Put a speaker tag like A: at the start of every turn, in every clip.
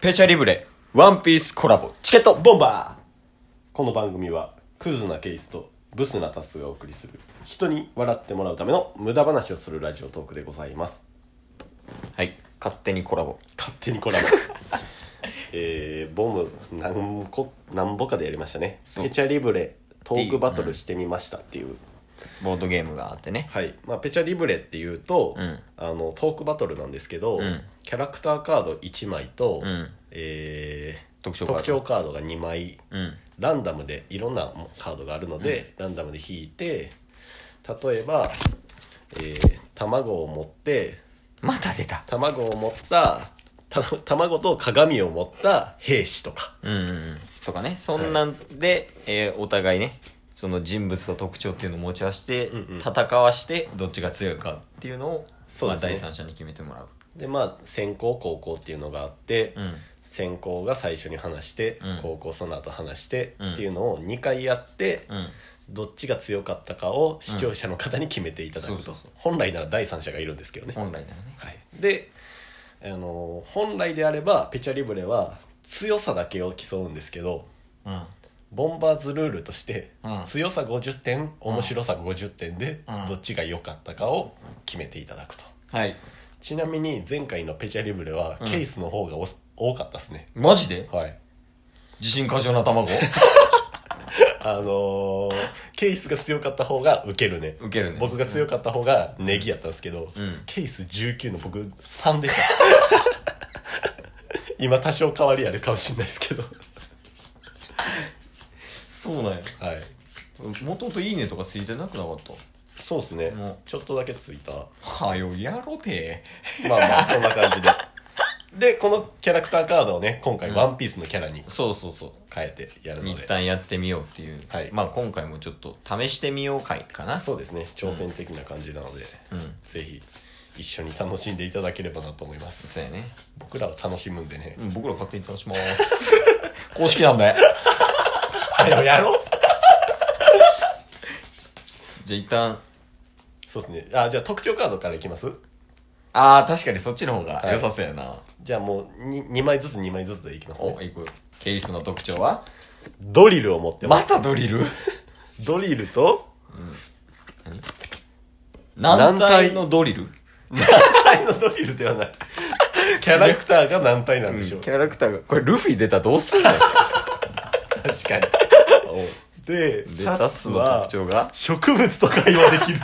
A: ペチャリブレ、ワンピースコラボ。
B: チケットボンバーこの番組はクズなケイスとブスなタスがお送りする人に笑ってもらうための無駄話をするラジオトークでございます
A: はい。勝手にコラボ。
B: 勝手にコ ラボえー、ボム何個何ぼかでやりましたね
A: そう
B: ペチャリブレトークバトルしてみましたっていう、
A: ボードゲームがあってね。
B: はいまあ、ペチャリブレっていうと、
A: うん
B: あのトークバトルなんですけど、
A: ん
B: キャラクターカード1枚と、
A: うん
B: えー
A: 特徴カード
B: カードが2枚
A: うん。
B: ランダムでいろんなカードがあるので、ランダムで引いて例えば、えー卵を持って
A: また出た。
B: 卵を持ったた卵と鏡を持った兵士とか
A: うんうんうん。とかね。そんなんで、えーお互いね、その人物と特徴っていうのを持ち合わせて、
B: んうん
A: 戦わして、どっちが強いかっていうのを、
B: そう
A: まあ
B: ですね
A: 第三者に決めてもらう。
B: でまあ先行後攻っていうのがあって、
A: うん。
B: 先行が最初に話して、
A: うん
B: 後攻その後話して、
A: うん
B: っていうのを2回やって、
A: うん。
B: どっちが強かったかを視聴者の方に決めていただくと、
A: うんそうそうそう
B: 本来なら第三者がいるんですけどね
A: 本来だよね。
B: はい、で、あの本来であればペチャリブレは強さだけを競うんですけど
A: うん。
B: ボンバーズルールとして、
A: うん
B: 強さ50点面白さ50点で、
A: うん
B: どっちが良かったかを決めていただくと
A: はい。
B: ちなみに前回のペチャリブレはケースの方がお多かったですね
A: マジで
B: はい
A: 自信過剰な 卵
B: あのーケースが強かった方がウケるね
A: ウケるね
B: 僕が強かった方がネギやったんですけど、
A: うん
B: ケース19の僕3でした 今多少変わりあるかもしれないですけど
A: そうなんや。
B: はい
A: もともといいねとかついてなくなかった。
B: そうですね
A: も
B: ちょっとだけついた
A: はよやろて。
B: まあまあそんな 感じででこのキャラクターカードをね今回ワンピースのキャラに
A: そうそうそう。
B: 変えてやるの
A: 一
B: で、
A: 旦やってみようっていう、
B: はい
A: まあ今回もちょっと試してみよう回かな
B: そうですね挑戦的な感じなので、
A: うん
B: ぜひ一緒に楽しんでいただければなと思いま
A: そ
B: す
A: うやね
B: 僕らは楽しむんでね、
A: うん僕ら勝手に楽します 公式なんで
B: あれをやろう
A: じゃあ一旦
B: そうですねあじゃあ特徴カードからいきます
A: ああ確かにそっちの方が良さそうやな、
B: じゃあもう 2, 2枚ずつ2枚ずつでいきます
A: お
B: ね
A: いくケースの特徴は
B: ドリルを持ってます、
A: たドリル
B: ドリルと
A: 軟体のドリル
B: 単のドリルではないキャラクターが何体なんでし
A: キ
B: ょう、
A: ャラクターがこれルフィ出たらどうすんの
B: 確かにで
A: で
B: サ
A: タ
B: ス
A: ス
B: は
A: の特徴が
B: 植物と会話できる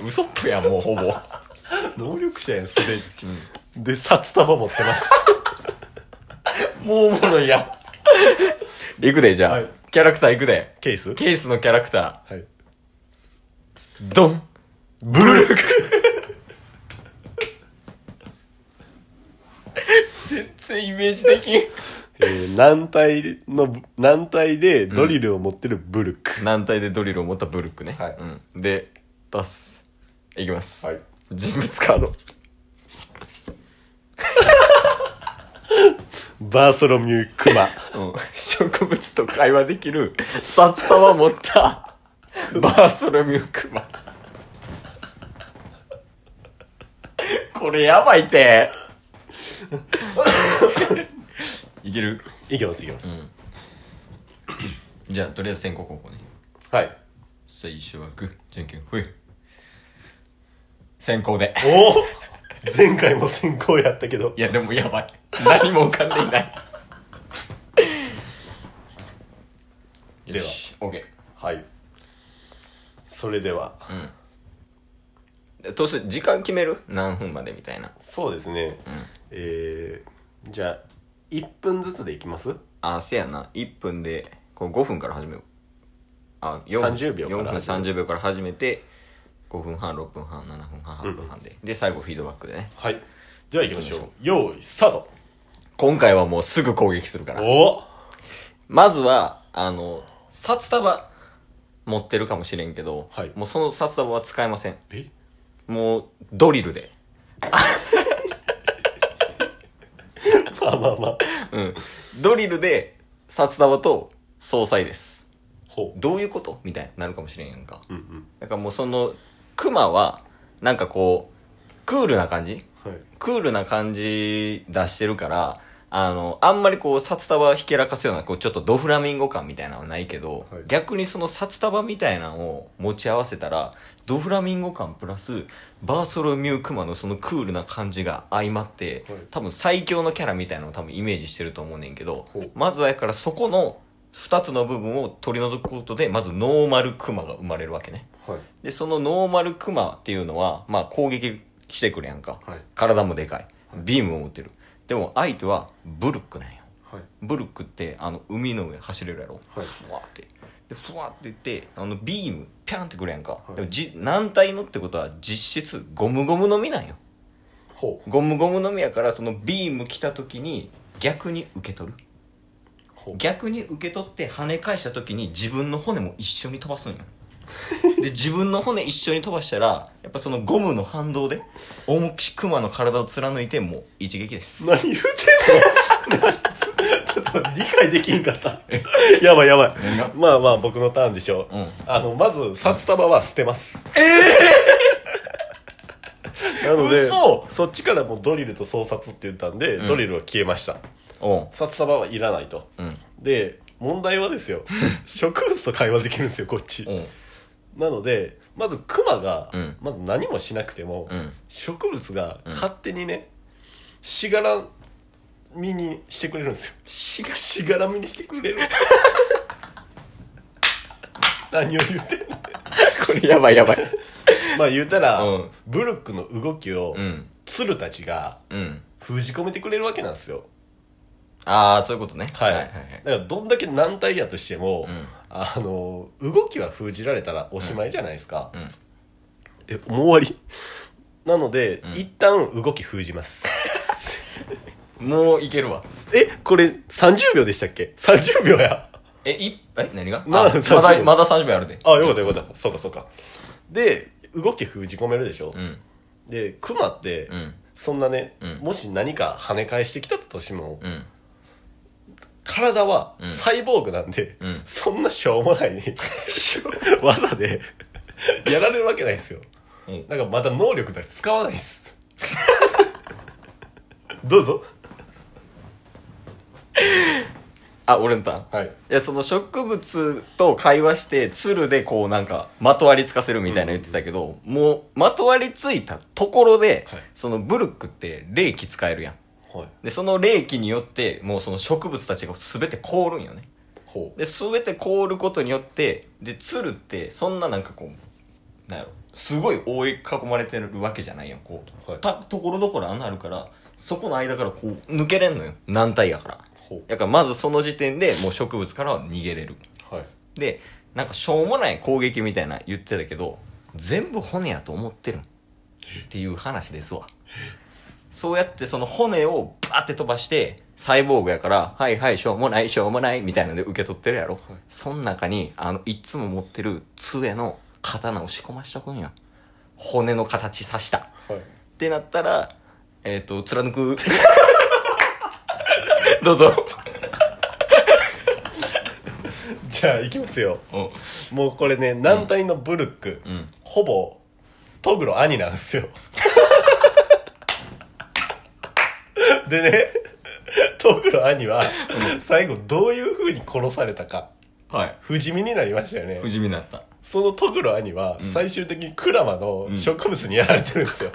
A: ウソップやもう ほぼ
B: 能力者やんすでに、で札束持ってます
A: もうおもろいや いくでじゃあ、
B: はい
A: キャラクターいくで
B: ケース
A: ケースのキャラクタ
B: はい
A: ードン
B: ブルーク
A: 全然イメージできん
B: えー、軟体の軟体でドリルを持ってるブルック、
A: 軟体でドリルを持ったブルックね、
B: はい
A: うん、で出すいきます、
B: はい
A: 人物カード
B: バーソロミュークマ
A: うん 植物と会話できる札束持 ったバーソロミュークマこれやばいっていける
B: いきますいきます、
A: じゃあとりあえず先行高校ね
B: はい
A: 最初はグーじゃんけんほい先行で
B: おお前回も先行やったけど
A: いやでもやばい何も浮かんでい ない
B: では
A: よし OK
B: はいそれでは、
A: どうする時間決める何分までみたいな
B: そうですね、えー、じゃあ1分ずつでいきます
A: あせやな1分でこう5分から始めようあ4
B: 30秒から
A: 4分
B: 始める
A: 30秒から始めて5分半6分半7分半8分半で、で最後フィードバックでね
B: はいでは行きましょう用意スタート
A: 今回はもうすぐ攻撃するから
B: おお
A: まずはあの札束持ってるかもしれんけど、
B: はい
A: もうその札束は使えません
B: え
A: もうドリルで
B: まあまあまあ
A: うんドリルで札束と総裁です
B: ほ
A: どういうことみたいになるかもしれんやんか、
B: ううん
A: だからもうそのクマはなんかこうクールな感じ
B: うんはい
A: クールな感じ出してるからあの、あんまりこう、札束ひけらかすような、こう、ちょっとドフラミンゴ感みたいなのはないけど、
B: はい
A: 逆にその札束みたいなのを持ち合わせたら、ドフラミンゴ感プラス、バーソロミュークマのそのクールな感じが相まって、
B: はい
A: 多分最強のキャラみたいなのを多分イメージしてると思うねんけど
B: ほう、
A: まずはやからそこの2つの部分を取り除くことで、まずノーマルクマが生まれるわけね。
B: はい
A: で、そのノーマルクマっていうのは、まあ攻撃してくるやんか。
B: はい
A: 体もでかい。ビームを持ってる。でも相手はブルックなんよ。
B: はい
A: ブルックって、あの、海の上走れるやろ。
B: はい
A: ふわって。で、ふわっていって、あの、ビーム、ピャンってくるやんか。
B: い
A: でもじ、軟体のってことは実質、ゴムゴムのみなんよ。
B: ほう
A: ゴムゴムのみやから、そのビーム来た時に、逆に受け取る。
B: ほう
A: 逆に受け取って跳ね返した時に自分の骨も一緒に飛ばすんよで自分の骨一緒に飛ばしたらやっぱそのゴムの反動で重きクマの体を貫いてもう一撃です
B: 何言うてんのちょっと理解できんかったやばいやばいまあまあ僕のターンでしょう、
A: うん
B: あのまず札束は捨てますええ なので
A: 嘘
B: そっちからもうドリルと創札って言ったんで、
A: うん
B: ドリルは消えました
A: おう
B: 札束はいらないと
A: うん
B: で問題はで すよ植物と会話できるんですよこっち
A: おう
B: なのでまずクマが、
A: うん
B: まず何もしなくても、
A: うん
B: 植物が
A: ん
B: 勝手にね、しがらみにしてくれるんですよしがしがらみにしてくれ る何を言うてんの
A: これやばいやばい
B: まあ言うたら、
A: うん
B: ブルックの動きを、
A: うん
B: 鶴たちが
A: うん
B: 封じ込めてくれるわけなんですよ
A: ああそういうことね
B: はい、
A: はいはい
B: だからどんだけ軟体やとしても、
A: うん
B: あの動きは封じられたらおしまいじゃないですか、
A: うん
B: えもう終わりなので、
A: ん
B: 一旦動き封じます
A: もういけるわ
B: えこれ30秒でしたっけ30秒や
A: えいえ何があま
B: まあ
A: だま
B: 30
A: だ30秒あるで
B: あよかったよかったそうかそうかで動き封じ込めるでしょ、
A: うん
B: でクマって、
A: うん
B: そんなね、
A: うん
B: もし何か跳ね返してきたとしても、
A: うん
B: 体はサイボーグなんで、
A: うん
B: そんなしょうもない、 ね、技でやられるわけないですよ
A: うん
B: なんかまた能力とか使わないです どうぞ
A: あ俺のターン
B: はい
A: いや、その植物と会話して、鶴でこうなんか、まとわりつかせるみたいなの言ってたけど、もう、まとわりついたところで、
B: はい
A: そのブルックって霊気使えるやん。
B: はい
A: で、その霊気によって、もうその植物たちが全て凍るんよね。
B: ほう
A: で、全て凍ることによって、で、鶴って、そんななんかこう、なんやろ、すごい覆い囲まれてるわけじゃないやん、こう。
B: はい
A: た、ところどころ穴あるから、そこの間からこう、抜けれんのよ。軟体やから。
B: ほ
A: だからまずその時点でもう植物からは逃げれる。
B: うはい
A: で、なんかしょうもない攻撃みたいな言ってたけど、全部骨やと思ってるんっていう話ですわ。そうやってその骨をバーって飛ばして、サイボーグやから、はいはい、しょうもない、しょうもない、みたいなので受け取ってるやろ。そん中に、あの、いつも持ってる杖の刀を仕込ましとくんや。骨の形刺した。
B: はい
A: ってなったら、えっ、と、貫 く。どうぞ。
B: じゃあ行きますよ
A: うん。
B: もうこれね軟体のブルック、
A: ん
B: ほぼトグロ兄なんですよ でねトグロ兄は最後どういう風に殺されたか
A: はい。
B: 不死身になりましたよね
A: 不死身になった。
B: そのトグロ兄は最終的にクラマの植物にやられてるんですよ、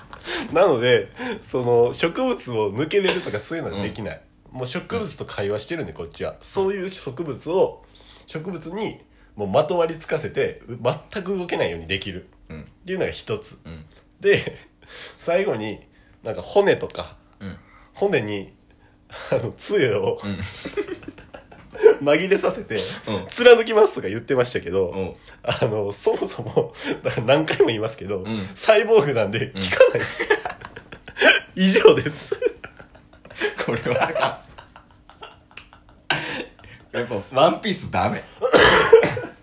B: なのでその植物を抜けれるとかそういうのはできない、もう植物と会話してるんでこっちはそういう植物を植物にもうまとわりつかせてう全く動けないようにできる
A: うん。
B: っていうのが一つ、
A: うん。
B: で最後になんか骨とか
A: うん。
B: 骨にあの杖を、紛れさせて、
A: うん
B: 貫きますとか言ってましたけど、
A: うん
B: あのそもそもだから何回も言いますけど、
A: ん
B: サイボーグなんで効かないです、以上 です
A: これはあかん。やっぱ、ワンピースダメ。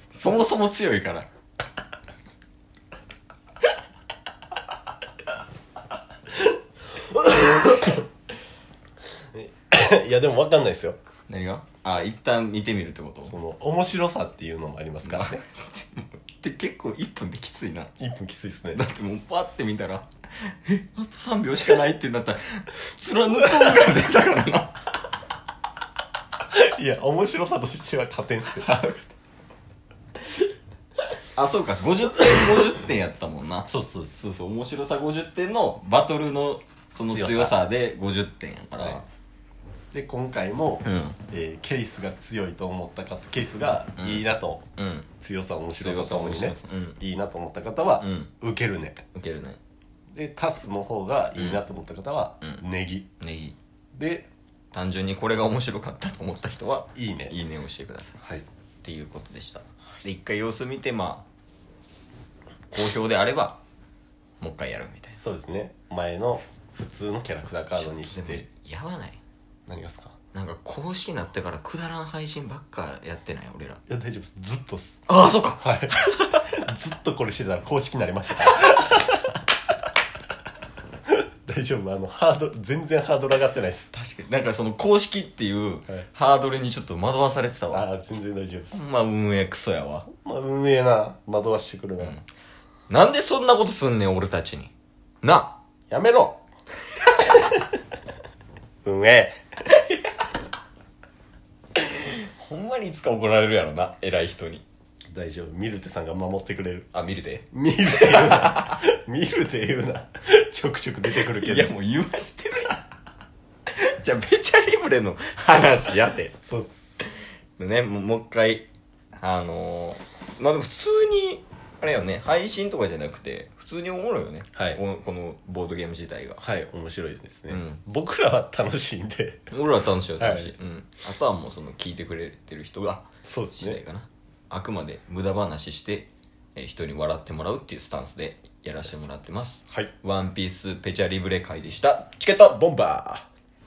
A: そもそも強いから。
B: いやでも分かんないですよ
A: 何があ一旦見てみるってこと
B: その面白さっていうのもありますから ね
A: って結構1分できついな
B: 1分きついですね
A: だってもうパッて見たら「えあと3秒しかない」ってなったら「貫こう」が出たからない
B: や面白さとしては加点っすよ
A: あそうか50点50点やったもんな
B: そうそう
A: そうそう面白さ50点のバトルのその強さで50点やから、
B: はで今回も、
A: うん
B: えーケイスが強いと思った方ケイスがいいなと、
A: うん
B: 強さ面白さともに
A: 強
B: ね
A: さ面白さう
B: いいなと思った方は、ウケるね
A: ウケるね
B: でタスの方がいいなと思った方は、
A: う
B: ネギ
A: ネギ
B: で
A: 単純にこれが面白かったと思った人はい
B: いね
A: いいねをしてくださいっ
B: はい
A: ていうことでしたで一回様子見てまあ好評であればもう一回やるみたいな
B: そうですね前の普通のキャラクターカードにし
A: で
B: て
A: もやばない
B: 何がっすか
A: なんか公式になってからくだらん配信ばっかやってない俺ら
B: いや大丈夫ですずっとっす
A: ああそっか
B: はい ずっとこれしてたら 公式になりました大丈夫あのハード全然ハードル上がってないです
A: 確かになんかその公式っていう
B: はい
A: ハードルにちょっと惑わされてたわ、
B: ああ全然大丈夫です
A: まあ運営クソやわ
B: まあ運営な惑わしてくるな、
A: なんでそんなことすんねん俺たちにな
B: やめろ運営
A: ほんまにいつか怒られるやろな偉い人に
B: 大丈夫ミルテさんが守ってくれる
A: あ見るで
B: ミルテ言うな ミルテ言うなちょくちょく出てくるけ
A: い
B: ど
A: やもう言わしてるやん じゃあベチャリブレの話やて
B: そうっす
A: でねもうもう一回あのー、まあでも普通にあれよね配信とかじゃなくて普通におもろいよね、
B: はい
A: このこのボードゲーム自体が
B: はい面白いですね、
A: うん
B: 僕らは楽しいんで
A: 俺らは楽しいよ楽しい、
B: はい
A: うん、あとはもうその聞いてくれてる人が
B: そうっす
A: 次第
B: ね
A: かな、あくまで無駄話して、えー人に笑ってもらうっていうスタンスでやらせてもらってます
B: はい
A: ワンピースペチャリブレ会でした
B: チケットボンバー